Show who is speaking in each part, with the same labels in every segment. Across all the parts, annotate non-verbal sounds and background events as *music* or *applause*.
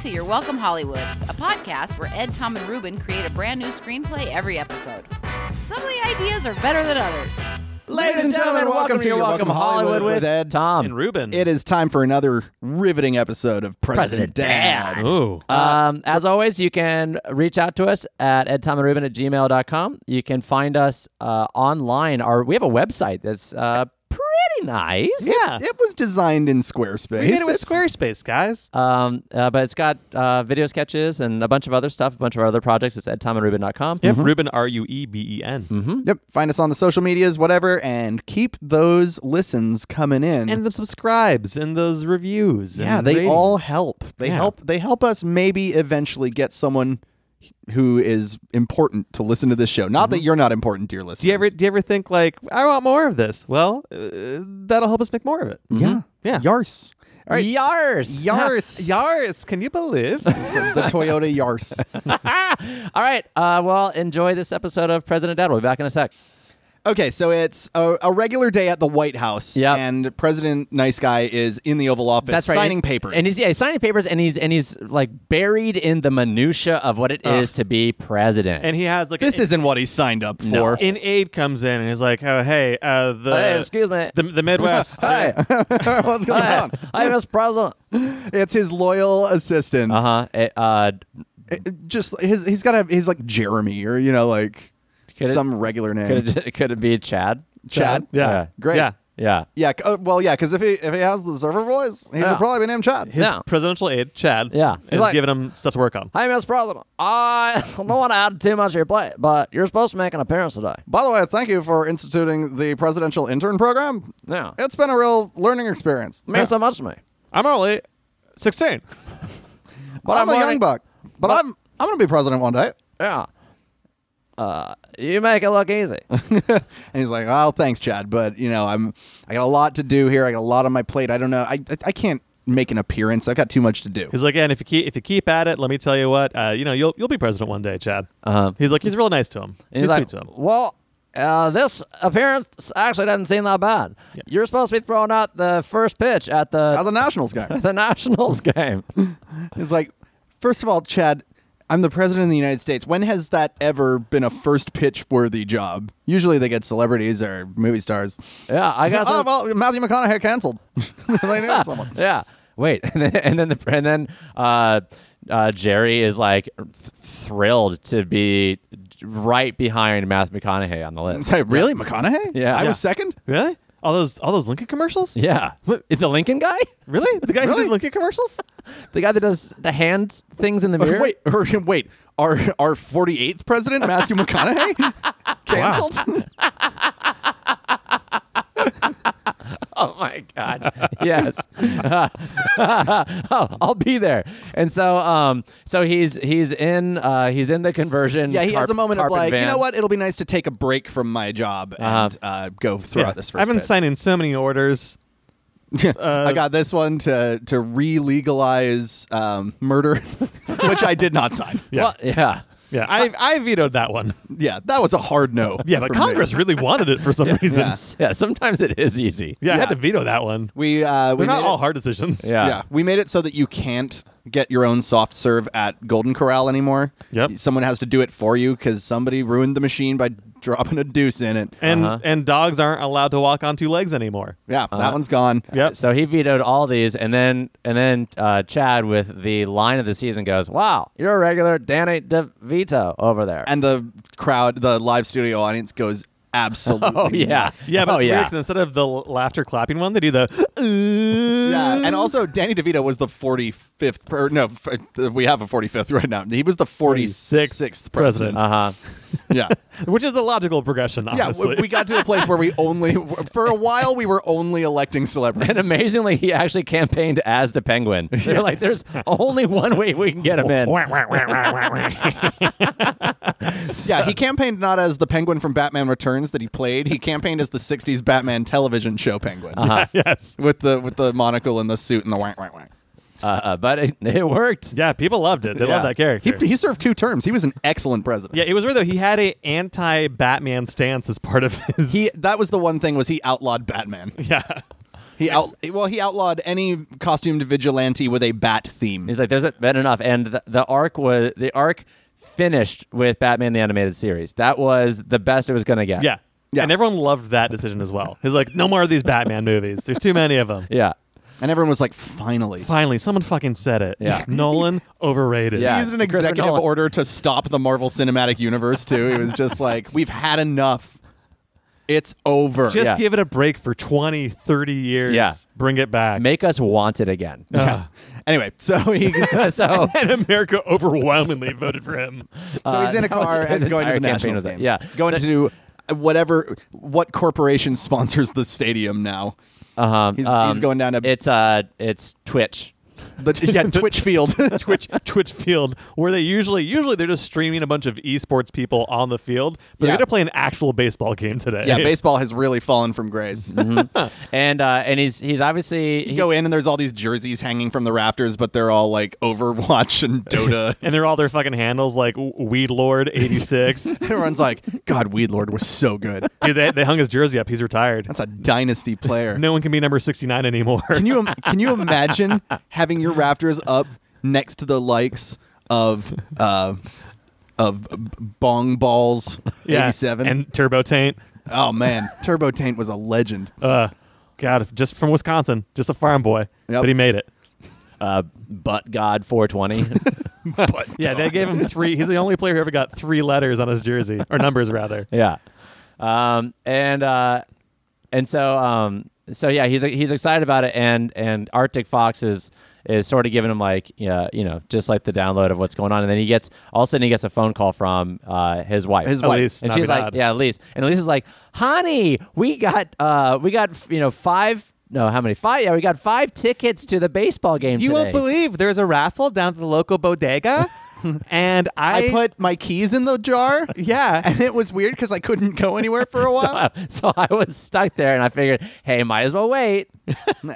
Speaker 1: to Your Welcome Hollywood, a podcast where Ed, Tom, and Ruben create a brand new screenplay every episode. Some of the ideas are better than others.
Speaker 2: Ladies and gentlemen, welcome to your Welcome Hollywood with
Speaker 3: Ed.
Speaker 2: Tom
Speaker 4: and Ruben.
Speaker 3: It is time for another riveting episode of President,
Speaker 2: President Dad.
Speaker 4: Ooh.
Speaker 2: Um, as always, you can reach out to us at edtomandruben at gmail.com. You can find us uh, online. Our, we have a website that's uh, pretty nice.
Speaker 3: It's- It was designed in Squarespace.
Speaker 4: we did it with
Speaker 3: It's-
Speaker 4: Squarespace, guys.
Speaker 2: Um, uh, but it's got uh, video sketches and a bunch of other stuff, a bunch of our other projects. It's edtomandruben.com.
Speaker 4: Yep, Ruben R U E B E N.
Speaker 3: mm, Yep. Find us on the social medias, whatever, and keep those listens coming in.
Speaker 4: And the subscribes and those reviews.
Speaker 3: yeah,
Speaker 4: and
Speaker 3: they
Speaker 4: ratings.
Speaker 3: all help. They
Speaker 4: Yeah.
Speaker 3: help. They help us maybe eventually get someone who is important to listen to this show. Not that you're not important, dear listeners.
Speaker 4: Mm-hmm. Do you ever do you ever think like I want more of this? Well, uh, that'll help us make more of it.
Speaker 3: Yeah.
Speaker 4: Mm-hmm. Yeah.
Speaker 3: Yars. All right.
Speaker 2: Yars.
Speaker 3: Yars.
Speaker 4: *laughs* Yars, can you believe?
Speaker 3: the Toyota
Speaker 4: *laughs*
Speaker 3: Yars.
Speaker 2: *laughs* All right. Uh, well, enjoy this episode of President Dad. We'll be back in a sec.
Speaker 3: Okay, so it's a, a regular day at the White House,
Speaker 2: Yep.
Speaker 3: and President Nice Guy is in the Oval Office
Speaker 2: That's right.
Speaker 3: signing
Speaker 2: And-
Speaker 3: papers.
Speaker 2: And he's yeah, he's signing papers and he's and he's like buried in the minutia of what it is to be president. *laughs*
Speaker 4: and he has like
Speaker 3: this
Speaker 4: an,
Speaker 3: isn't what he signed up for.
Speaker 4: an aide comes in and is like, "Oh, hey, uh, the
Speaker 2: Hey, excuse me.
Speaker 4: the, the
Speaker 2: *laughs*
Speaker 4: Midwest."
Speaker 3: Hi, *laughs* what's going
Speaker 2: Hi,
Speaker 3: on?
Speaker 2: hi, Mr. President.
Speaker 3: It's his loyal assistant.
Speaker 2: Uh-huh. Eh, Uh
Speaker 3: It- just his, he's got a he's like Jeremy or you know like
Speaker 2: Could it-
Speaker 3: some regular name.
Speaker 2: Could it, *laughs* could it be Chad?
Speaker 3: Chad.
Speaker 4: Yeah.
Speaker 2: Yeah.
Speaker 3: Great.
Speaker 4: Yeah.
Speaker 2: Yeah.
Speaker 3: Yeah. c- uh, well, yeah, because if he if he has the server voice, he
Speaker 2: Yeah.
Speaker 3: should probably be named Chad.
Speaker 4: His
Speaker 2: Yeah.
Speaker 4: presidential aide, Chad,
Speaker 2: Yeah.
Speaker 4: is
Speaker 2: He's like-
Speaker 4: giving him stuff to work on.
Speaker 2: Hi, Mr. President. I *laughs* don't want to add too much to your plate, but you're supposed to make an appearance today.
Speaker 3: By the way, thank you for instituting the presidential intern program.
Speaker 2: Yeah. It
Speaker 3: It's been a real learning experience.
Speaker 2: means so much to me.
Speaker 4: I'm only 16.
Speaker 2: But
Speaker 3: I'm, a
Speaker 2: wondering-
Speaker 3: young buck, but I'm I'm gonna be president one day.
Speaker 2: Yeah. Uh, you make it look easy.
Speaker 3: And he's like, "Oh, thanks, Chad, but you know, I'm I got a lot to do here. I got a lot on my plate. I don't know. I I, I can't make an appearance. I've got too much to do."
Speaker 4: He's like, and if you keep if you keep at it, let me tell you what, uh, you know, you'll you'll be president one day, Chad.
Speaker 2: Uh-huh.
Speaker 4: He's like, he's real nice to him.
Speaker 2: And
Speaker 4: he's
Speaker 2: he's
Speaker 4: sweet to
Speaker 2: like,
Speaker 4: him.
Speaker 2: Well, uh, this appearance actually doesn't seem that bad. You're supposed to be throwing out the first pitch at
Speaker 3: How
Speaker 2: the
Speaker 3: the Nationals guy.
Speaker 2: *laughs* the Nationals game.
Speaker 3: he's like, first of all, Chad, I'm the president of the United States. When has that ever been a first pitch worthy job? Usually, they get celebrities or movie stars.
Speaker 2: yeah, I guess.
Speaker 3: Oh well, Matthew McConaughey canceled. *laughs* they
Speaker 4: *laughs*
Speaker 3: needed someone.
Speaker 2: yeah. Wait, *laughs* and then and then, the, and then uh, uh, Jerry is like th- thrilled to be right behind Matthew McConaughey on the
Speaker 3: It's *laughs*
Speaker 2: list.
Speaker 3: like, really, McConaughey?
Speaker 2: Yeah.
Speaker 3: I
Speaker 2: Yeah.
Speaker 3: was second.
Speaker 4: Really? All those all those Lincoln commercials?
Speaker 2: Yeah, the Lincoln guy,
Speaker 4: Really? The guy who
Speaker 3: Really?
Speaker 4: did Lincoln commercials?
Speaker 2: the guy that does the hand things in the mirror.
Speaker 3: Wait, or, wait, *laughs* our our 48th president,
Speaker 4: *laughs*
Speaker 3: Matthew McConaughey, canceled.
Speaker 2: *laughs* Oh my God!
Speaker 3: *laughs*
Speaker 2: yes, oh, *laughs* I'll be there. And so, um, so he's he's in uh, he's in the conversion.
Speaker 3: Yeah, he has
Speaker 2: carp-
Speaker 3: a moment of
Speaker 2: carpet
Speaker 3: like, you
Speaker 2: van. Uh-huh.
Speaker 3: know what? It'll be nice to take a break from my job and uh, go throw out this first.
Speaker 4: I've been
Speaker 3: bit.
Speaker 4: signing so many orders.
Speaker 2: Uh,
Speaker 3: I got this one to to re legalize um, murder, *laughs* which I did not sign.
Speaker 4: Yeah.
Speaker 2: Well, yeah.
Speaker 4: Yeah, I I vetoed
Speaker 3: *laughs*
Speaker 4: that one.
Speaker 3: Yeah, that was a hard no.
Speaker 4: Yeah, but
Speaker 3: for me.
Speaker 4: Congress really wanted it for some reason.
Speaker 3: Yeah.
Speaker 4: Yeah,
Speaker 2: Yeah, sometimes it is easy.
Speaker 4: I had
Speaker 3: Yeah.
Speaker 4: to veto that one.
Speaker 3: We uh, we
Speaker 4: They're not
Speaker 3: made
Speaker 4: all
Speaker 3: it,
Speaker 4: hard decisions.
Speaker 2: Yeah.
Speaker 3: Yeah, we made it so that you can't get your own soft serve at Golden Corral anymore.
Speaker 4: Yep.
Speaker 3: Someone has to do it for you because somebody ruined the machine by dropping a deuce in it.
Speaker 4: And
Speaker 2: Uh-huh.
Speaker 4: and dogs aren't allowed to walk on two legs anymore.
Speaker 3: Yeah,
Speaker 2: Uh,
Speaker 3: that one's gone.
Speaker 4: Yep.
Speaker 2: So he vetoed all these, and then and then uh, Chad with the line of the season goes, "Wow, you're a regular Danny DeVito over there."
Speaker 3: And the crowd, the live studio audience goes absolutely.
Speaker 2: *laughs* oh yeah,
Speaker 3: nuts.
Speaker 4: Yeah, but
Speaker 2: oh
Speaker 4: it's weird
Speaker 2: yeah.
Speaker 4: 'cause instead of the l- laughter clapping one, they do the "Ooh."
Speaker 3: Yeah, and also Danny DeVito was the 45th. Or no, f- uh, we have a 45th right now. He was the 46th, president.
Speaker 4: president.
Speaker 2: Uh huh.
Speaker 4: *laughs*
Speaker 3: Yeah,
Speaker 4: which is a logical progression,
Speaker 3: yeah.
Speaker 4: honestly.
Speaker 3: We, we got to a place where we only, for a while, we were only electing celebrities.
Speaker 2: And amazingly, he actually campaigned as the Penguin. *laughs* They're like, "There's only one way we can get him in."
Speaker 3: Yeah, he campaigned not as the Penguin from Batman Returns that he played. He campaigned as the '60s Batman television show Penguin
Speaker 4: *laughs* yes.
Speaker 3: *laughs* with the with the monocle and the suit and the wank wank wank.
Speaker 2: Uh, uh, but it, it worked.
Speaker 4: Yeah, people loved it. They
Speaker 2: Yeah.
Speaker 4: loved that
Speaker 3: He,
Speaker 4: character.
Speaker 3: he served two terms. He was an excellent president.
Speaker 4: yeah, it was weird though. He had a anti Batman stance as part of his.
Speaker 3: He, that was the one thing was he outlawed Batman.
Speaker 4: *laughs* yeah.
Speaker 3: He out well, he outlawed any costumed vigilante with a bat theme.
Speaker 2: He's like, there's been enough. And the, the arc was the arc finished with Batman the animated series. That was the best it was going to get.
Speaker 4: *laughs* Yeah.
Speaker 3: Yeah.
Speaker 4: And everyone loved that decision as well. He's like, no more of these Batman movies. There's too many of them.
Speaker 2: *laughs* Yeah.
Speaker 3: and everyone was like, finally.
Speaker 4: Finally, someone fucking said it.
Speaker 2: Yeah.
Speaker 4: *laughs* Nolan overrated.
Speaker 2: Yeah.
Speaker 3: He used an
Speaker 2: Christopher
Speaker 3: executive
Speaker 2: Nolan.
Speaker 3: order to stop the Marvel Cinematic Universe too. He was just like, "We've had enough. It's over."
Speaker 4: Just
Speaker 2: Yeah.
Speaker 4: give it a break for 20, 30 years.
Speaker 2: Yeah.
Speaker 4: Bring it back.
Speaker 2: Make us want it again.
Speaker 4: Ugh.
Speaker 3: *laughs* anyway, *laughs*
Speaker 2: *laughs*
Speaker 3: so he's
Speaker 2: Uh, so
Speaker 4: *laughs* and America overwhelmingly voted for
Speaker 2: *laughs*
Speaker 4: him.
Speaker 3: so he's in a
Speaker 2: that was
Speaker 3: car
Speaker 2: his
Speaker 3: and going to
Speaker 2: entire
Speaker 3: the
Speaker 2: campaign
Speaker 3: Nationals
Speaker 2: was that.
Speaker 3: game.
Speaker 2: Yeah.
Speaker 3: going
Speaker 2: So-
Speaker 3: to uh, whatever what corporation sponsors the stadium now.
Speaker 2: um,
Speaker 3: He's- he's
Speaker 2: um,
Speaker 3: going down to-
Speaker 2: it's uh it's Twitch.
Speaker 3: The
Speaker 2: *laughs*
Speaker 3: yeah, Twitch Field.
Speaker 4: Twitch *laughs* Twitch field where they usually usually they're just streaming a bunch of esports people on the field,
Speaker 3: Yeah.
Speaker 4: but they're gonna play an actual baseball game today.
Speaker 3: *laughs* yeah, baseball has really fallen from grace.
Speaker 2: And uh, and he's he's obviously
Speaker 3: You
Speaker 2: he-
Speaker 3: go in and there's all these jerseys hanging from the rafters, but they're all like Overwatch and
Speaker 4: *laughs*
Speaker 3: Dota.
Speaker 4: *laughs* and they're all their fucking handles like Weed Lord eighty six. *laughs*
Speaker 3: Everyone's like, "God, Weed Lord was so good.
Speaker 4: Dude, they, they hung his jersey up. He's retired.
Speaker 3: That's a dynasty player."
Speaker 4: No one can be number sixty nine *laughs* anymore.
Speaker 3: Can you can you
Speaker 4: *laughs*
Speaker 3: imagine having your rafters up next to the likes of uh, of Bong Balls eighty seven?
Speaker 4: and Turbo Taint.
Speaker 3: oh man, Turbo Taint was a legend.
Speaker 4: Uh, God, just from Wisconsin, just a farm boy,
Speaker 3: Yep.
Speaker 4: but he made it.
Speaker 2: uh, but God
Speaker 3: *laughs*
Speaker 2: 420.
Speaker 3: But
Speaker 4: *laughs* Yeah, they gave him three. He's the only player who ever got three letters on his jersey or numbers *laughs* rather.
Speaker 2: yeah. Um, and uh, and so um, so yeah, he's he's excited about it, and and Arctic Fox is is sort of giving him like yeah, you know, just like the download of what's going on, and then he gets all of a sudden he gets a phone call from uh, his wife.
Speaker 3: His wife.
Speaker 4: Elise
Speaker 2: and she's like,
Speaker 4: Navidad.
Speaker 2: yeah, Elise. And Elise is like, honey, we got, uh, we got, you know, five, no, how many? Five. Yeah, we got five tickets to the baseball game
Speaker 4: You
Speaker 2: today.
Speaker 4: won't believe there's a raffle down at the local *laughs* bodega, and I,
Speaker 3: I put my keys in the
Speaker 4: *laughs*
Speaker 3: jar,
Speaker 4: yeah.
Speaker 3: and it was weird because I couldn't go anywhere
Speaker 4: *laughs*
Speaker 3: for a
Speaker 2: So,
Speaker 3: while,
Speaker 2: I- *laughs* so I was stuck there, and I figured, hey, might as well wait.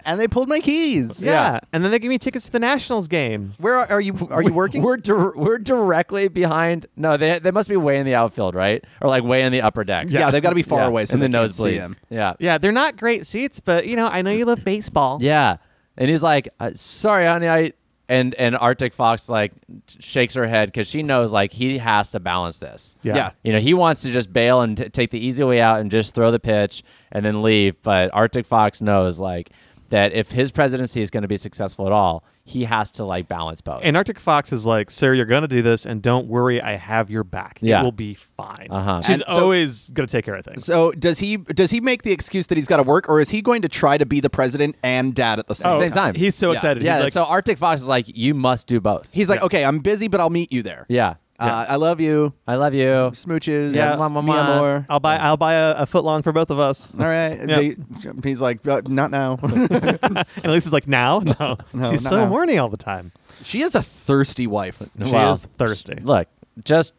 Speaker 3: and they pulled my keys.
Speaker 4: yeah, and then they give me tickets to the Nationals game.
Speaker 3: Where are, are you? Are you working?
Speaker 2: We're dir- we're directly behind. No, they they must be way in the outfield, right? Or like way in the upper deck.
Speaker 3: yeah, they've got to be far
Speaker 2: Yeah,
Speaker 3: away so
Speaker 2: in the
Speaker 3: they can't see
Speaker 2: nosebleeds.
Speaker 3: him.
Speaker 2: Yeah,
Speaker 4: Yeah, they're not great seats, but you know, I know you love baseball.
Speaker 2: yeah. And he's like, uh, "Sorry, honey, I." And and Arctic Fox like shakes her head because she knows like he has to balance this.
Speaker 4: Yeah.
Speaker 3: yeah.
Speaker 2: You know, he wants to just bail and t- take the easy way out and just throw the pitch and then leave. But Arctic Fox knows like that if his presidency is going to be successful at all, he has to like balance both.
Speaker 4: And Arctic Fox is like, sir, you're gonna do this, and don't worry, I have your back.
Speaker 2: Yeah.
Speaker 4: It will be fine.
Speaker 2: Uh-huh.
Speaker 4: She's
Speaker 3: And so-
Speaker 4: always gonna take care of things.
Speaker 3: So does he? Does he make the excuse that he's got to work, or is he going to try to be the president and dad at the same,
Speaker 2: Oh,
Speaker 3: time?
Speaker 2: same time.
Speaker 4: He's so
Speaker 3: Yeah.
Speaker 4: excited.
Speaker 2: yeah.
Speaker 4: He's like,
Speaker 2: so Arctic Fox is like, "You must do both."
Speaker 3: He's like, okay, I'm busy, but I'll meet you there.
Speaker 2: yeah.
Speaker 3: Uh, I love you.
Speaker 2: I love you.
Speaker 3: Smooches.
Speaker 4: Yeah.
Speaker 2: Mwah, mwah,
Speaker 3: Mi
Speaker 2: mwah.
Speaker 3: amor.
Speaker 4: I'll buy I'll buy a, a foot long for both
Speaker 3: *laughs*
Speaker 4: of us.
Speaker 3: All right.
Speaker 2: *laughs*
Speaker 4: Yeah.
Speaker 3: They- he's like, uh, not now.
Speaker 4: And Elise is like, now? No.
Speaker 3: No,
Speaker 4: She's
Speaker 3: not
Speaker 4: so
Speaker 3: now.
Speaker 4: horny all the time.
Speaker 3: she is a thirsty wife.
Speaker 4: She
Speaker 2: Well,
Speaker 4: is thirsty.
Speaker 2: Look, just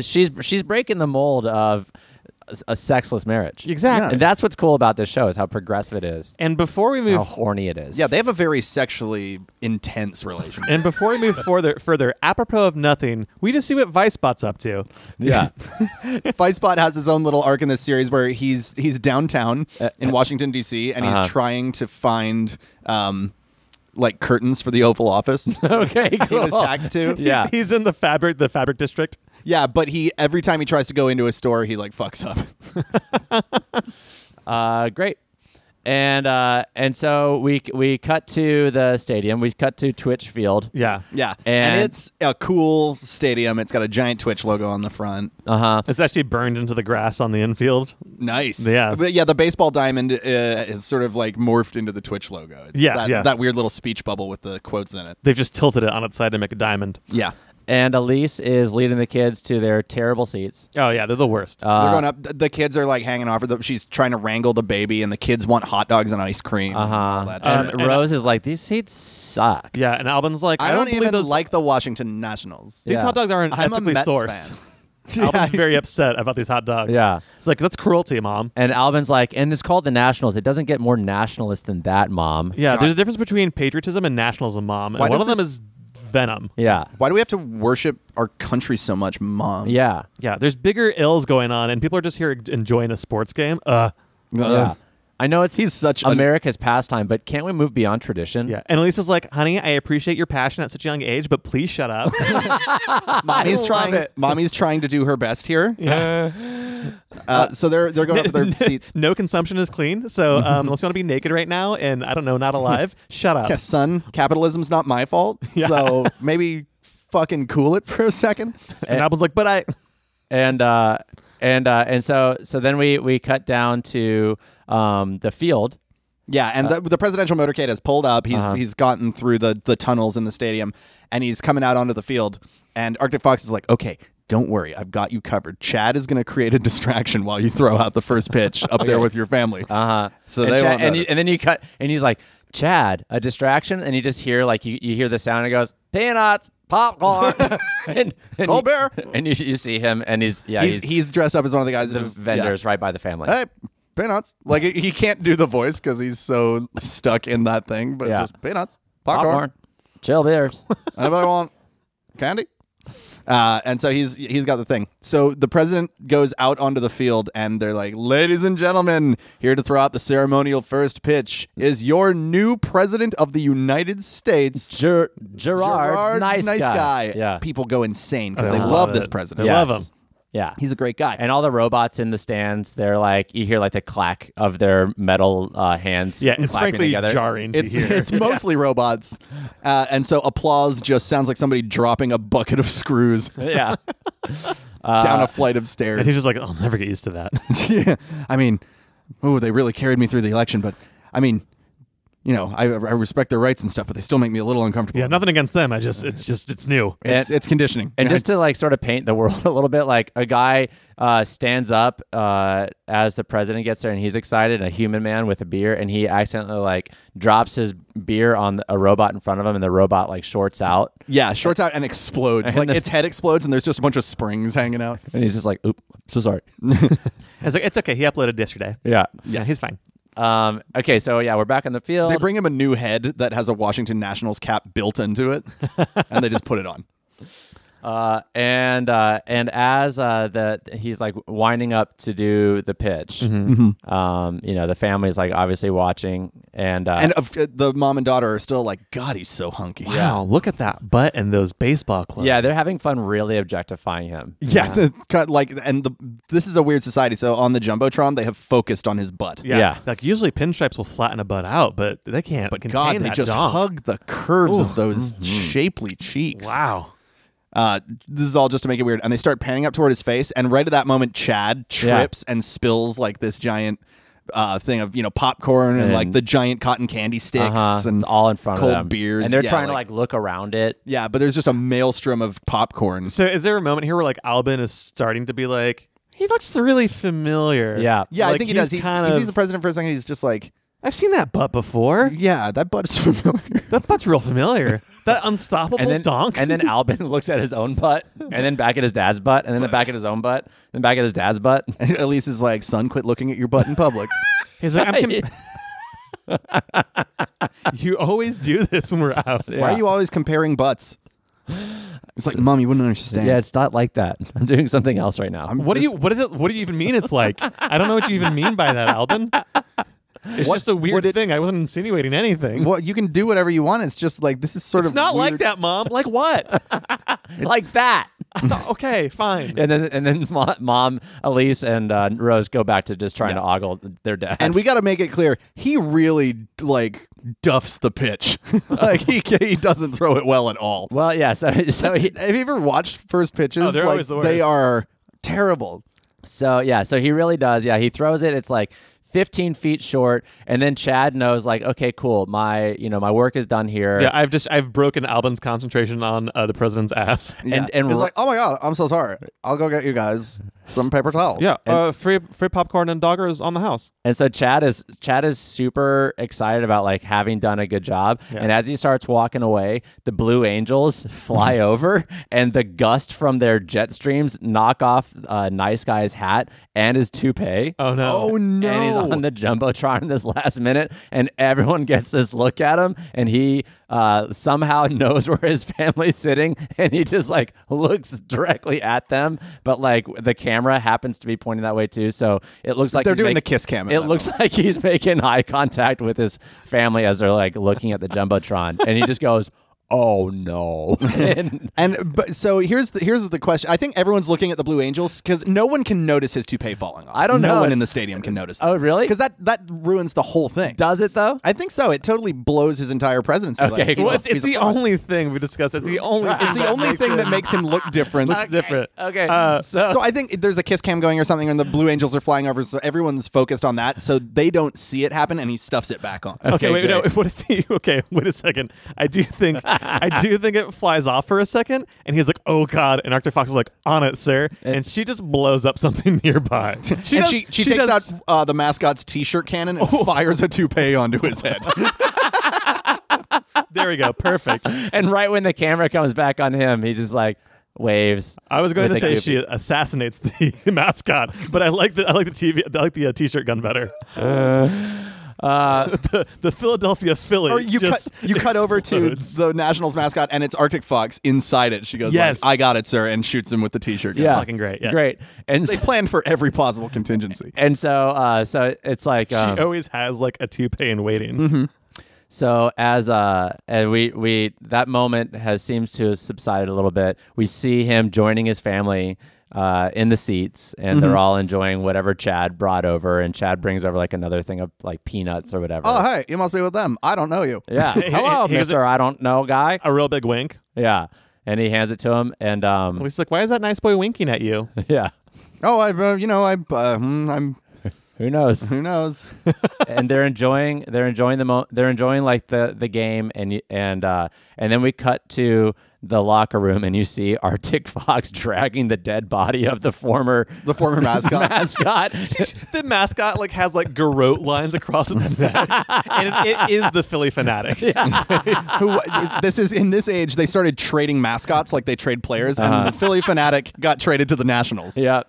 Speaker 2: she's she's breaking the mold of a- a sexless marriage.
Speaker 4: Exactly.
Speaker 2: And that's what's cool about this show is how progressive it is,
Speaker 4: And before we move
Speaker 2: how horny it is.
Speaker 3: Yeah, they have a very sexually intense relationship.
Speaker 4: and before we move further further, apropos of nothing, we just see what Vicebot's up to.
Speaker 2: *laughs* yeah.
Speaker 3: *laughs* Fightspot has his own little arc in this series where he's he's downtown in Washington D.C. and
Speaker 2: Uh, uh-huh.
Speaker 3: he's trying to find um, like curtains for the
Speaker 2: *laughs*
Speaker 3: Oval Office.
Speaker 2: okay.
Speaker 3: He
Speaker 2: Oh, Cool.
Speaker 3: was taxed to.
Speaker 2: Yeah.
Speaker 4: He's, he's in the fabric the fabric district.
Speaker 3: Yeah, but he every time he tries to go into a store, he like fucks up. *laughs*
Speaker 2: Uh, great. And uh, and so we we cut to the stadium. We cut to Twitch Field.
Speaker 4: Yeah.
Speaker 3: Yeah.
Speaker 2: And-
Speaker 3: it's a cool stadium. It's got a giant Twitch logo on the front.
Speaker 2: Uh huh.
Speaker 4: It's actually burned into the grass on the infield.
Speaker 3: Nice.
Speaker 4: Yeah.
Speaker 3: But yeah, the baseball diamond uh, is sort of like morphed into the Twitch logo. It's
Speaker 4: Yeah,
Speaker 3: that,
Speaker 4: yeah.
Speaker 3: That weird little speech bubble with the quotes in it.
Speaker 4: They've just tilted it on its side to make a diamond.
Speaker 3: Yeah.
Speaker 2: And Elise is leading the kids to their terrible seats.
Speaker 4: Oh yeah, they're the worst.
Speaker 3: They're going up. th- The kids are like hanging off. Her. The- She's trying to wrangle the baby, and the kids want hot dogs and ice cream.
Speaker 2: Uh huh.
Speaker 3: I,
Speaker 4: Um,
Speaker 2: And
Speaker 4: and-
Speaker 2: Rose is like, these seats suck.
Speaker 4: yeah, and Alban's like, I,
Speaker 3: don't,
Speaker 4: believe
Speaker 3: even
Speaker 4: those
Speaker 3: like the Washington Nationals.
Speaker 4: these
Speaker 2: Yeah.
Speaker 4: hot dogs aren't
Speaker 3: I'm a
Speaker 4: ethically
Speaker 3: Mets
Speaker 4: sourced. *laughs*
Speaker 3: *laughs* fan.
Speaker 4: Alban's very upset about these hot dogs.
Speaker 2: Yeah.
Speaker 4: it's like that's cruelty, mom.
Speaker 2: And Alvin's like, and it's called the Nationals. It doesn't get more nationalist than that, mom.
Speaker 4: Yeah,
Speaker 3: God.
Speaker 4: there's a difference between patriotism and nationalism, mom. And
Speaker 3: Why
Speaker 4: one of
Speaker 3: does
Speaker 4: them
Speaker 3: this-
Speaker 4: is venom.
Speaker 2: Yeah.
Speaker 3: Why do we have to worship our country so much, mom?
Speaker 2: Yeah.
Speaker 4: Yeah, there's bigger ills going on, and people are just here enjoying a sports game. Uh,
Speaker 3: Ugh.
Speaker 2: Yeah. I know it's
Speaker 3: Uh-huh. He's such an-
Speaker 2: America's pastime, but can't we move beyond tradition?
Speaker 4: Yeah. And Elisa's like, honey, I appreciate your passion at such a young age, but please
Speaker 3: *laughs*
Speaker 4: shut up.
Speaker 2: Oh,
Speaker 3: mommy's trying.
Speaker 2: it.
Speaker 3: Mommy's trying to do her best here. Uh, so they're they're going up
Speaker 2: *laughs*
Speaker 3: to their seats.
Speaker 4: *laughs* no consumption is clean. So
Speaker 3: *laughs*
Speaker 4: um, let's want to be naked right now and I don't know, not alive. shut up.
Speaker 3: Yeah, son, capitalism's not my fault.
Speaker 2: *laughs*
Speaker 3: So maybe fucking cool it for a second.
Speaker 4: And Apple's like, but I.
Speaker 2: and uh, and uh, and so so then we we cut down to um, the field.
Speaker 3: Yeah, and
Speaker 2: Uh,
Speaker 3: the, the presidential motorcade has pulled up. He's
Speaker 2: uh-huh.
Speaker 3: he's gotten through the the tunnels in the stadium, and he's coming out onto the field. And Arctic Fox is like, "Okay, don't worry, I've got you covered. Chad is going to create a distraction while you throw out the first pitch
Speaker 2: *laughs*
Speaker 3: up there with your family."
Speaker 2: Uh-huh.
Speaker 3: So
Speaker 2: and
Speaker 3: they
Speaker 2: Chad-
Speaker 3: won't
Speaker 2: and, you,
Speaker 3: notice.
Speaker 2: and then you cut and he's like, Chad, a distraction, and you just hear like you, you hear the sound and it goes peanuts,
Speaker 3: *laughs*
Speaker 2: popcorn, *laughs* and, and
Speaker 3: Old bear.
Speaker 2: and you, you see him and he's yeah
Speaker 3: He's,
Speaker 2: he's,
Speaker 3: he's dressed up as one of the guys.
Speaker 2: the
Speaker 3: who's- yeah.
Speaker 2: vendors right by the family.
Speaker 3: Hey, peanuts. Like he can't do the voice because he's so stuck in that thing. But
Speaker 2: Yeah.
Speaker 3: just peanuts, popcorn.
Speaker 2: popcorn, chill *laughs* beers.
Speaker 3: *laughs* Anybody want candy? Uh, and so he's he's got the thing. So the president goes out onto the field, and they're like, "Ladies and gentlemen, here to throw out the ceremonial first pitch is your new president of the United States,
Speaker 2: Ger- Gerard,
Speaker 3: Gerard
Speaker 2: nice, guy. Yeah,
Speaker 3: People go insane because
Speaker 4: I
Speaker 3: they
Speaker 4: love
Speaker 3: love,
Speaker 4: it.
Speaker 3: this president.
Speaker 4: I love him.
Speaker 2: Yeah,
Speaker 3: He's a great guy.
Speaker 2: and all the robots in the stands. They're like you hear like the clack of their metal uh, hands.
Speaker 4: Yeah, it's
Speaker 2: clapping
Speaker 4: frankly
Speaker 2: together.
Speaker 4: jarring to
Speaker 3: it's
Speaker 4: hear. *laughs*
Speaker 3: it's mostly robots, uh, and so applause just sounds like somebody dropping a bucket of
Speaker 4: *laughs*
Speaker 3: screws
Speaker 2: *laughs* Yeah,
Speaker 3: down a flight of stairs.
Speaker 4: Uh, and
Speaker 3: *laughs*
Speaker 4: he's just like, I'll never get used to that.
Speaker 3: yeah. I mean, oh, they really carried me through the election, but I mean, you know, I, I respect their rights and stuff, but they still make me a little uncomfortable.
Speaker 4: yeah, nothing against them. I just, it's just, it's new.
Speaker 3: It's,
Speaker 2: And-
Speaker 3: it's conditioning.
Speaker 2: And just to like sort of paint the world *laughs* a little bit, like a guy uh, stands up uh, as the president gets there, and he's excited, and a human man with a beer, and he accidentally like drops his beer on a robot in front of him, and the robot like shorts out,
Speaker 3: yeah, shorts out and explodes. like
Speaker 2: the-
Speaker 3: its head explodes, and there's just a bunch of springs hanging out.
Speaker 2: and he's just like, "Oop, I'm so *laughs* sorry."
Speaker 4: And it's like, it's okay. He uploaded yesterday.
Speaker 2: yeah.
Speaker 4: Yeah, he's fine.
Speaker 2: Um, okay, so yeah, we're back on the field.
Speaker 3: They bring him a new head that has a Washington Nationals cap built into it, and they just put it
Speaker 4: *laughs*
Speaker 3: on.
Speaker 2: Uh, and uh, and as uh, the he's like winding up to do the pitch,
Speaker 3: Mm-hmm.
Speaker 2: um, you know, the family's like obviously watching, and uh,
Speaker 3: And of, uh, the mom and daughter are still like, God, he's so hunky.
Speaker 4: Wow, look at that butt and those baseball clubs.
Speaker 2: yeah, they're having fun really objectifying him.
Speaker 3: uh,
Speaker 2: Uh-huh.
Speaker 3: Yeah, the cut like, and the this is a weird society. So on the jumbotron, they have focused on his butt.
Speaker 4: Yeah.
Speaker 2: Yeah.
Speaker 4: Like usually pinstripes will flatten a butt out, but they can't.
Speaker 3: But
Speaker 4: contain
Speaker 3: God, they
Speaker 4: that
Speaker 3: just
Speaker 4: dong.
Speaker 3: hug the curves of those shapely cheeks.
Speaker 4: Wow.
Speaker 3: Uh, this is all just to make it weird. And they start panning up toward his face. And right at that moment, Chad trips and spills like this giant uh, thing of, you know, popcorn and,
Speaker 2: And-
Speaker 3: like the giant cotton candy sticks
Speaker 2: Uh-huh.
Speaker 3: and
Speaker 2: it's all in front
Speaker 3: cold
Speaker 2: of them.
Speaker 3: beers.
Speaker 2: and they're
Speaker 3: Yeah,
Speaker 2: trying to like look around it.
Speaker 3: yeah, but there's just a maelstrom of popcorn.
Speaker 4: So is there a moment here where like Albin is starting to be like, he looks really familiar?
Speaker 2: Yeah.
Speaker 3: Yeah, I
Speaker 4: Like,
Speaker 3: think he
Speaker 4: he's
Speaker 3: does. He,
Speaker 4: kind
Speaker 3: he
Speaker 4: of,
Speaker 3: sees the president for a second. He's just like,
Speaker 4: I've seen that butt before.
Speaker 3: yeah, that butt is *laughs* familiar.
Speaker 4: That butt's
Speaker 3: *laughs*
Speaker 4: real familiar. that unstoppable
Speaker 2: And then,
Speaker 4: donk.
Speaker 2: and then Albin *laughs* looks at his own butt, and then back at his dad's butt, and then back at his own butt, and then back at his dad's butt.
Speaker 3: and Elise is like, son, quit looking at your butt in
Speaker 4: *laughs*
Speaker 3: public.
Speaker 4: he's like, I'm
Speaker 2: *laughs*
Speaker 4: com- *laughs* you always do this when we're out.
Speaker 3: Why are you always comparing butts? It's like, mom, you wouldn't understand.
Speaker 2: yeah, it's not like that. *laughs* I'm doing something else right now.
Speaker 4: What do you? What is it? What do you even mean? It's like I don't know what you even mean by
Speaker 3: *laughs*
Speaker 4: that, Albin. It's just a weird
Speaker 3: what did-
Speaker 4: thing. I wasn't insinuating anything.
Speaker 3: Well, you can do whatever you want. It's just like this is sort
Speaker 4: It's
Speaker 3: of
Speaker 4: not like
Speaker 3: weird-
Speaker 4: that, Mom. Like what? *laughs*
Speaker 2: like that.
Speaker 4: okay, fine.
Speaker 2: And then, and then *laughs* mo- mom, Elise, and uh, Rose go back to just trying to ogle their dad.
Speaker 3: And we got to make it clear, he really like duffs the pitch. *laughs* like he he doesn't throw it well at all.
Speaker 2: *laughs* well, yeah.
Speaker 3: *laughs*
Speaker 2: So, so, he,
Speaker 3: Have you ever watched first pitches?
Speaker 4: Oh, they're
Speaker 3: like
Speaker 4: always the
Speaker 3: they
Speaker 4: worst.
Speaker 3: are terrible.
Speaker 2: so yeah. So he really does. Yeah, he throws it. It's like 15 feet short, and then Chad knows, like, okay, cool. My, you know, my work is done here.
Speaker 4: Yeah, I've just I've broken Albin's concentration on uh, the president's ass.
Speaker 3: Yeah.
Speaker 2: And and
Speaker 3: he's
Speaker 2: Ro-
Speaker 3: like, "Oh my god, I'm so sorry. I'll go get you guys some paper towels."
Speaker 4: uh, free free popcorn and doggers on the house.
Speaker 2: And so Chad is Chad is super excited about like having done a good job. And as he starts walking away, the Blue Angels *laughs*
Speaker 4: *laughs*
Speaker 2: fly over, and the gust from their jet streams knock off uh, Nice Guy's hat and his toupee.
Speaker 4: Oh no!
Speaker 3: Oh no!
Speaker 2: And he's on the jumbotron *laughs* this last minute, and everyone gets this look at him, and he uh, somehow *laughs* knows where his family's sitting, and he just like looks directly at them, but like the camera happens to be pointing that way too, so it looks like
Speaker 3: They're
Speaker 2: he's
Speaker 3: doing
Speaker 2: mak-
Speaker 3: the kiss cam at
Speaker 2: It
Speaker 3: that
Speaker 2: looks like he's making eye contact with his family as they're like looking at the jumbotron, and he just goes. *laughs* Oh no! *laughs* And
Speaker 3: And but so here's the here's the question. I think everyone's looking at the Blue Angels because no one can notice his toupee falling off.
Speaker 2: I don't
Speaker 3: no
Speaker 2: know.
Speaker 3: one in the stadium can notice.
Speaker 2: Oh, really?
Speaker 3: Because that that ruins the whole thing.
Speaker 2: does it though?
Speaker 3: I think so. It totally blows his entire presidency. Like,
Speaker 2: Okay,
Speaker 3: he's
Speaker 2: cool.
Speaker 3: a-
Speaker 4: Well, it's,
Speaker 3: he's
Speaker 4: it's
Speaker 3: a
Speaker 4: the
Speaker 3: fraud.
Speaker 4: only thing we discussed. *laughs* It's the only.
Speaker 3: It's the only thing that makes him look different.
Speaker 4: looks different.
Speaker 2: Okay,
Speaker 4: Uh,
Speaker 2: so
Speaker 4: *laughs*
Speaker 3: So I think there's a kiss cam going or something, and the Blue Angels are flying over, so everyone's focused on that, so they don't see it happen, and he stuffs it back on.
Speaker 4: Okay,
Speaker 2: Okay,
Speaker 4: wait, no.
Speaker 2: great.
Speaker 4: What if he? *laughs* Okay, wait a second. I do think, I *laughs* do think it flies off for a second, and he's like, "Oh God!" And Arctic Fox is like, "On it, sir!" And she just blows up something *laughs* nearby. She
Speaker 3: and
Speaker 4: does-
Speaker 3: she, she, takes
Speaker 4: does-
Speaker 3: out uh, the mascot's t-shirt cannon and fires a toupee onto his head.
Speaker 4: *laughs* There we go. *laughs* Perfect.
Speaker 2: and right when the camera comes back on him, he just like waves.
Speaker 4: I was going to
Speaker 2: with
Speaker 4: say
Speaker 2: the
Speaker 4: she assassinates the *laughs* mascot, but I like the I like the TV I like the uh, t-shirt gun better. Uh. *laughs* the, the Philadelphia Philly.
Speaker 3: or Oh, you cut,
Speaker 4: *laughs* just
Speaker 3: you cut over to
Speaker 4: explodes.
Speaker 3: the Nationals mascot, and it's Arctic Fox inside it. She goes,
Speaker 4: Yes.
Speaker 3: like, "I got it, sir," and shoots him with the t-shirt. Cannon.
Speaker 2: yeah,
Speaker 4: fucking great, yes.
Speaker 2: great. And
Speaker 3: They
Speaker 2: so,
Speaker 3: planned for every possible *laughs* contingency.
Speaker 2: and so uh, so it's like um,
Speaker 4: She always has like a toupee in waiting.
Speaker 2: so as uh and we we that moment has seems to have subsided a little bit. We see him joining his family. Uh, in the seats, and
Speaker 4: Mm-hmm.
Speaker 2: they're all enjoying whatever Chad brought over, and Chad brings over like another thing of like peanuts or whatever.
Speaker 3: Oh, hey, you must be with them. I don't know you.
Speaker 2: yeah, hello,
Speaker 4: *laughs* he was-
Speaker 2: Mister. I don't know, guy.
Speaker 4: A real big wink.
Speaker 2: Yeah, and he hands it to him, and um,
Speaker 4: He's like, "Why is that nice boy winking at *laughs* you?"
Speaker 2: *laughs* yeah,
Speaker 3: Oh, I, uh, you know, I, uh, hmm, I'm.
Speaker 2: who knows?
Speaker 3: Who knows?
Speaker 2: and they're enjoying they're enjoying the mo- they're enjoying like the the game and you, and uh and then we cut to the locker room and you see *laughs* Arctic Fox dragging the dead body of the former
Speaker 3: The former *laughs* mascot.
Speaker 2: mascot.
Speaker 4: the mascot like has like garrote lines across *laughs* its neck, and it, it is the Philly fanatic.
Speaker 3: who uh, this is in this age they started trading mascots like they trade players and the Philly fanatic got traded to the Nationals.
Speaker 2: yeah.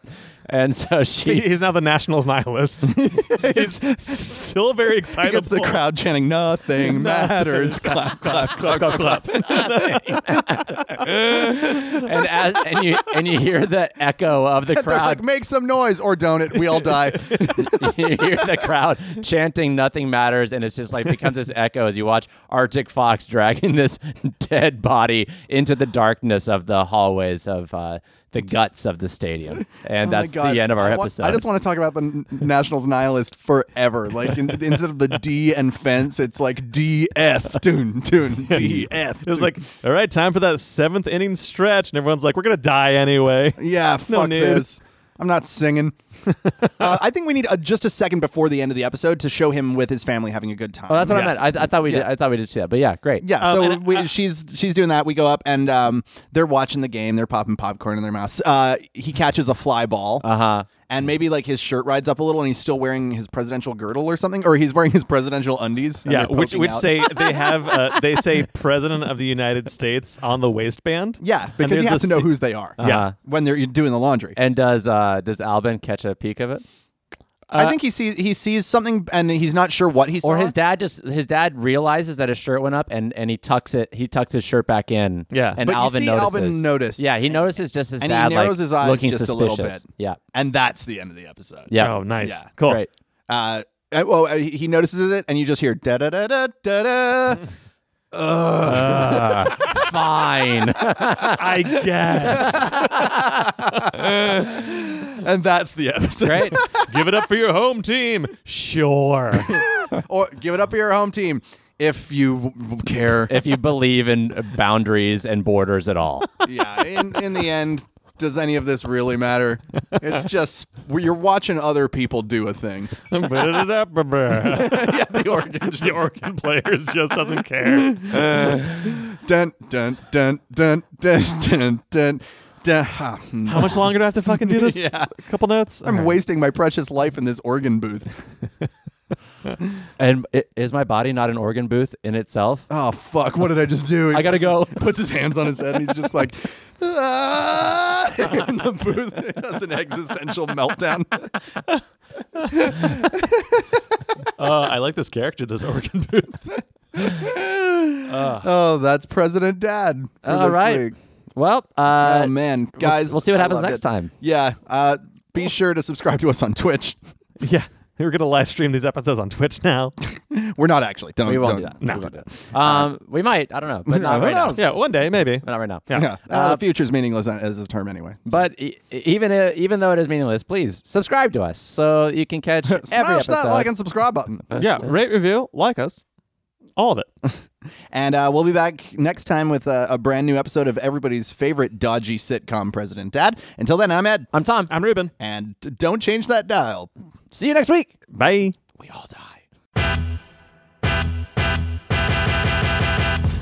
Speaker 2: And so
Speaker 4: He-
Speaker 2: she
Speaker 4: He's now the Nationals *laughs* nihilist. He's still very
Speaker 3: He
Speaker 4: excited.
Speaker 3: gets the crowd chanting *laughs* nothing matters. clap clap clap
Speaker 4: *laughs*
Speaker 3: clap clap.
Speaker 2: and as, and you and you hear the echo of the
Speaker 3: *laughs* They're like
Speaker 2: crowd.
Speaker 3: make some noise or don't it we all *laughs*
Speaker 2: *laughs*
Speaker 3: die.
Speaker 2: you hear the crowd chanting "Nothing matters," and it's just like becomes this echo as you watch Arctic Fox *laughs* dragging this dead body into the darkness of the hallways of uh, the guts of the stadium, and
Speaker 3: Oh my
Speaker 2: that's
Speaker 3: God.
Speaker 2: the end of our
Speaker 3: I want-
Speaker 2: episode.
Speaker 3: I just want to talk about the N- Nationals nihilist forever.
Speaker 2: *laughs*
Speaker 3: Like in, instead of the D and fence it's like DF
Speaker 2: *laughs*
Speaker 3: tune tune DF.
Speaker 4: It was *laughs* like, all right, time for that seventh inning stretch, and everyone's like, we're gonna die *laughs* anyway.
Speaker 3: Yeah, fuck
Speaker 4: need.
Speaker 3: this. I'm not singing.
Speaker 2: *laughs*
Speaker 3: uh, I think we need uh just a second before the end of the episode to show him with his family having a good time.
Speaker 2: oh, that's what
Speaker 4: Yes.
Speaker 2: I meant. I, I thought we did.
Speaker 3: Yeah.
Speaker 2: I thought we did see that, but yeah, great.
Speaker 3: yeah, so
Speaker 4: Um, and, uh,
Speaker 3: we, she's she's doing that. We go up and um, they're watching the game. They're popping popcorn in their mouths. Uh, he catches a fly ball,
Speaker 2: Uh-huh.
Speaker 3: and maybe like his shirt rides up a little, and he's still wearing his presidential girdle or something, or he's wearing his presidential undies. and
Speaker 4: Yeah,
Speaker 3: they're
Speaker 4: which
Speaker 3: poking
Speaker 4: which
Speaker 3: out.
Speaker 4: *laughs* say they have uh, they say President of the United States on the waistband.
Speaker 3: yeah,
Speaker 4: And
Speaker 3: because he
Speaker 4: there's Uh-huh.
Speaker 3: has to
Speaker 4: the
Speaker 3: know
Speaker 4: se-
Speaker 3: whose they are.
Speaker 4: Yeah.
Speaker 3: when they're you're doing the laundry.
Speaker 2: And does uh, does Albin catch a peek of it,
Speaker 3: I think he sees he sees something, and he's not sure what he saw.
Speaker 2: or his dad just his dad realizes that his shirt went up and, and he tucks it he tucks his shirt back in.
Speaker 4: Yeah.
Speaker 2: and
Speaker 3: But you
Speaker 2: Alvin
Speaker 3: see
Speaker 2: notices.
Speaker 3: Alvin notice.
Speaker 2: Yeah, he notices just his
Speaker 3: And he
Speaker 2: dad
Speaker 3: narrows
Speaker 2: like
Speaker 3: his eyes
Speaker 2: looking
Speaker 3: just a little
Speaker 2: suspicious.
Speaker 3: bit.
Speaker 2: Yeah,
Speaker 3: and that's the end of the episode.
Speaker 2: yeah.
Speaker 4: Oh, nice,
Speaker 3: Yeah.
Speaker 4: cool.
Speaker 2: Great.
Speaker 3: Uh, uh, well, uh, he he notices it, and you just hear da da da da
Speaker 4: *laughs*
Speaker 3: da da.
Speaker 2: Fine.
Speaker 4: *laughs* I *laughs* guess.
Speaker 3: and that's the
Speaker 2: *laughs*
Speaker 3: episode.
Speaker 2: Great.
Speaker 4: Give it up for your home team. *laughs* Sure.
Speaker 3: or give it up for your home team if you w- w-
Speaker 2: *laughs*
Speaker 3: care.
Speaker 2: If you believe in boundaries and borders at all.
Speaker 3: yeah. In in the end, does any of this really matter? It's just you're watching other people do a thing. *laughs*
Speaker 4: *laughs* the
Speaker 3: yeah, the organ. just-
Speaker 4: Oregon players just doesn't care.
Speaker 3: Dun dun dun dun dun dun dun. dun. Ah, hmm.
Speaker 4: How much longer do I have
Speaker 2: *laughs*
Speaker 4: to fucking do this? yeah. couple notes.
Speaker 3: I'm wasting my precious life in this organ booth.
Speaker 2: And i- is my body not an organ booth in itself?
Speaker 3: Oh fuck! What did I just do?
Speaker 2: I gotta go.
Speaker 3: *laughs* Puts his hands on his head and he's just like, "Ah!" *laughs* in the booth. *laughs* That's an existential meltdown.
Speaker 4: *laughs*
Speaker 3: *laughs*
Speaker 4: Uh, I like this character, this organ booth.
Speaker 3: Oh, that's President Dad. for
Speaker 2: All
Speaker 3: this
Speaker 2: right.
Speaker 3: week.
Speaker 2: Well,
Speaker 3: Oh
Speaker 2: uh,
Speaker 3: man, guys,
Speaker 2: we'll see what
Speaker 3: I
Speaker 2: happens
Speaker 3: loved
Speaker 2: next
Speaker 3: it.
Speaker 2: time.
Speaker 3: Yeah. Uh, be sure to subscribe to us on Twitch. *laughs*
Speaker 4: yeah, we're gonna live stream these episodes on Twitch now.
Speaker 3: We're not actually. Don't.
Speaker 2: we won't do
Speaker 3: don't-
Speaker 2: that. We won't do that. Um, we might. I don't know,
Speaker 3: *laughs*
Speaker 2: but not
Speaker 3: Uh, Who
Speaker 2: right now.
Speaker 3: knows?
Speaker 4: Yeah, one day maybe.
Speaker 2: But not right now.
Speaker 3: Yeah. Uh, the future's meaningless as a term anyway.
Speaker 2: But e- even i- even though it is meaningless, please subscribe to us so you can
Speaker 3: *laughs*
Speaker 2: catch every
Speaker 3: Smash
Speaker 2: episode.
Speaker 3: that like and subscribe button.
Speaker 4: Yeah, rate, review, like us, all of it.
Speaker 3: And uh, we'll be back next time with uh, a brand new episode of everybody's favorite dodgy sitcom, President Dad. Until then, I'm Ed.
Speaker 2: I'm Tom.
Speaker 4: *laughs* I'm Ruben.
Speaker 3: And d- don't change that dial.
Speaker 2: See you next week.
Speaker 4: Bye.
Speaker 2: We all die.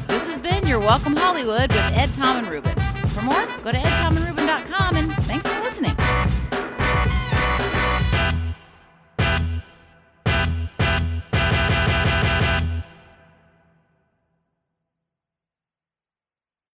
Speaker 1: This has been Your Welcome Hollywood with Ed, Tom, and Ruben. For more, go to edtomandruben.com.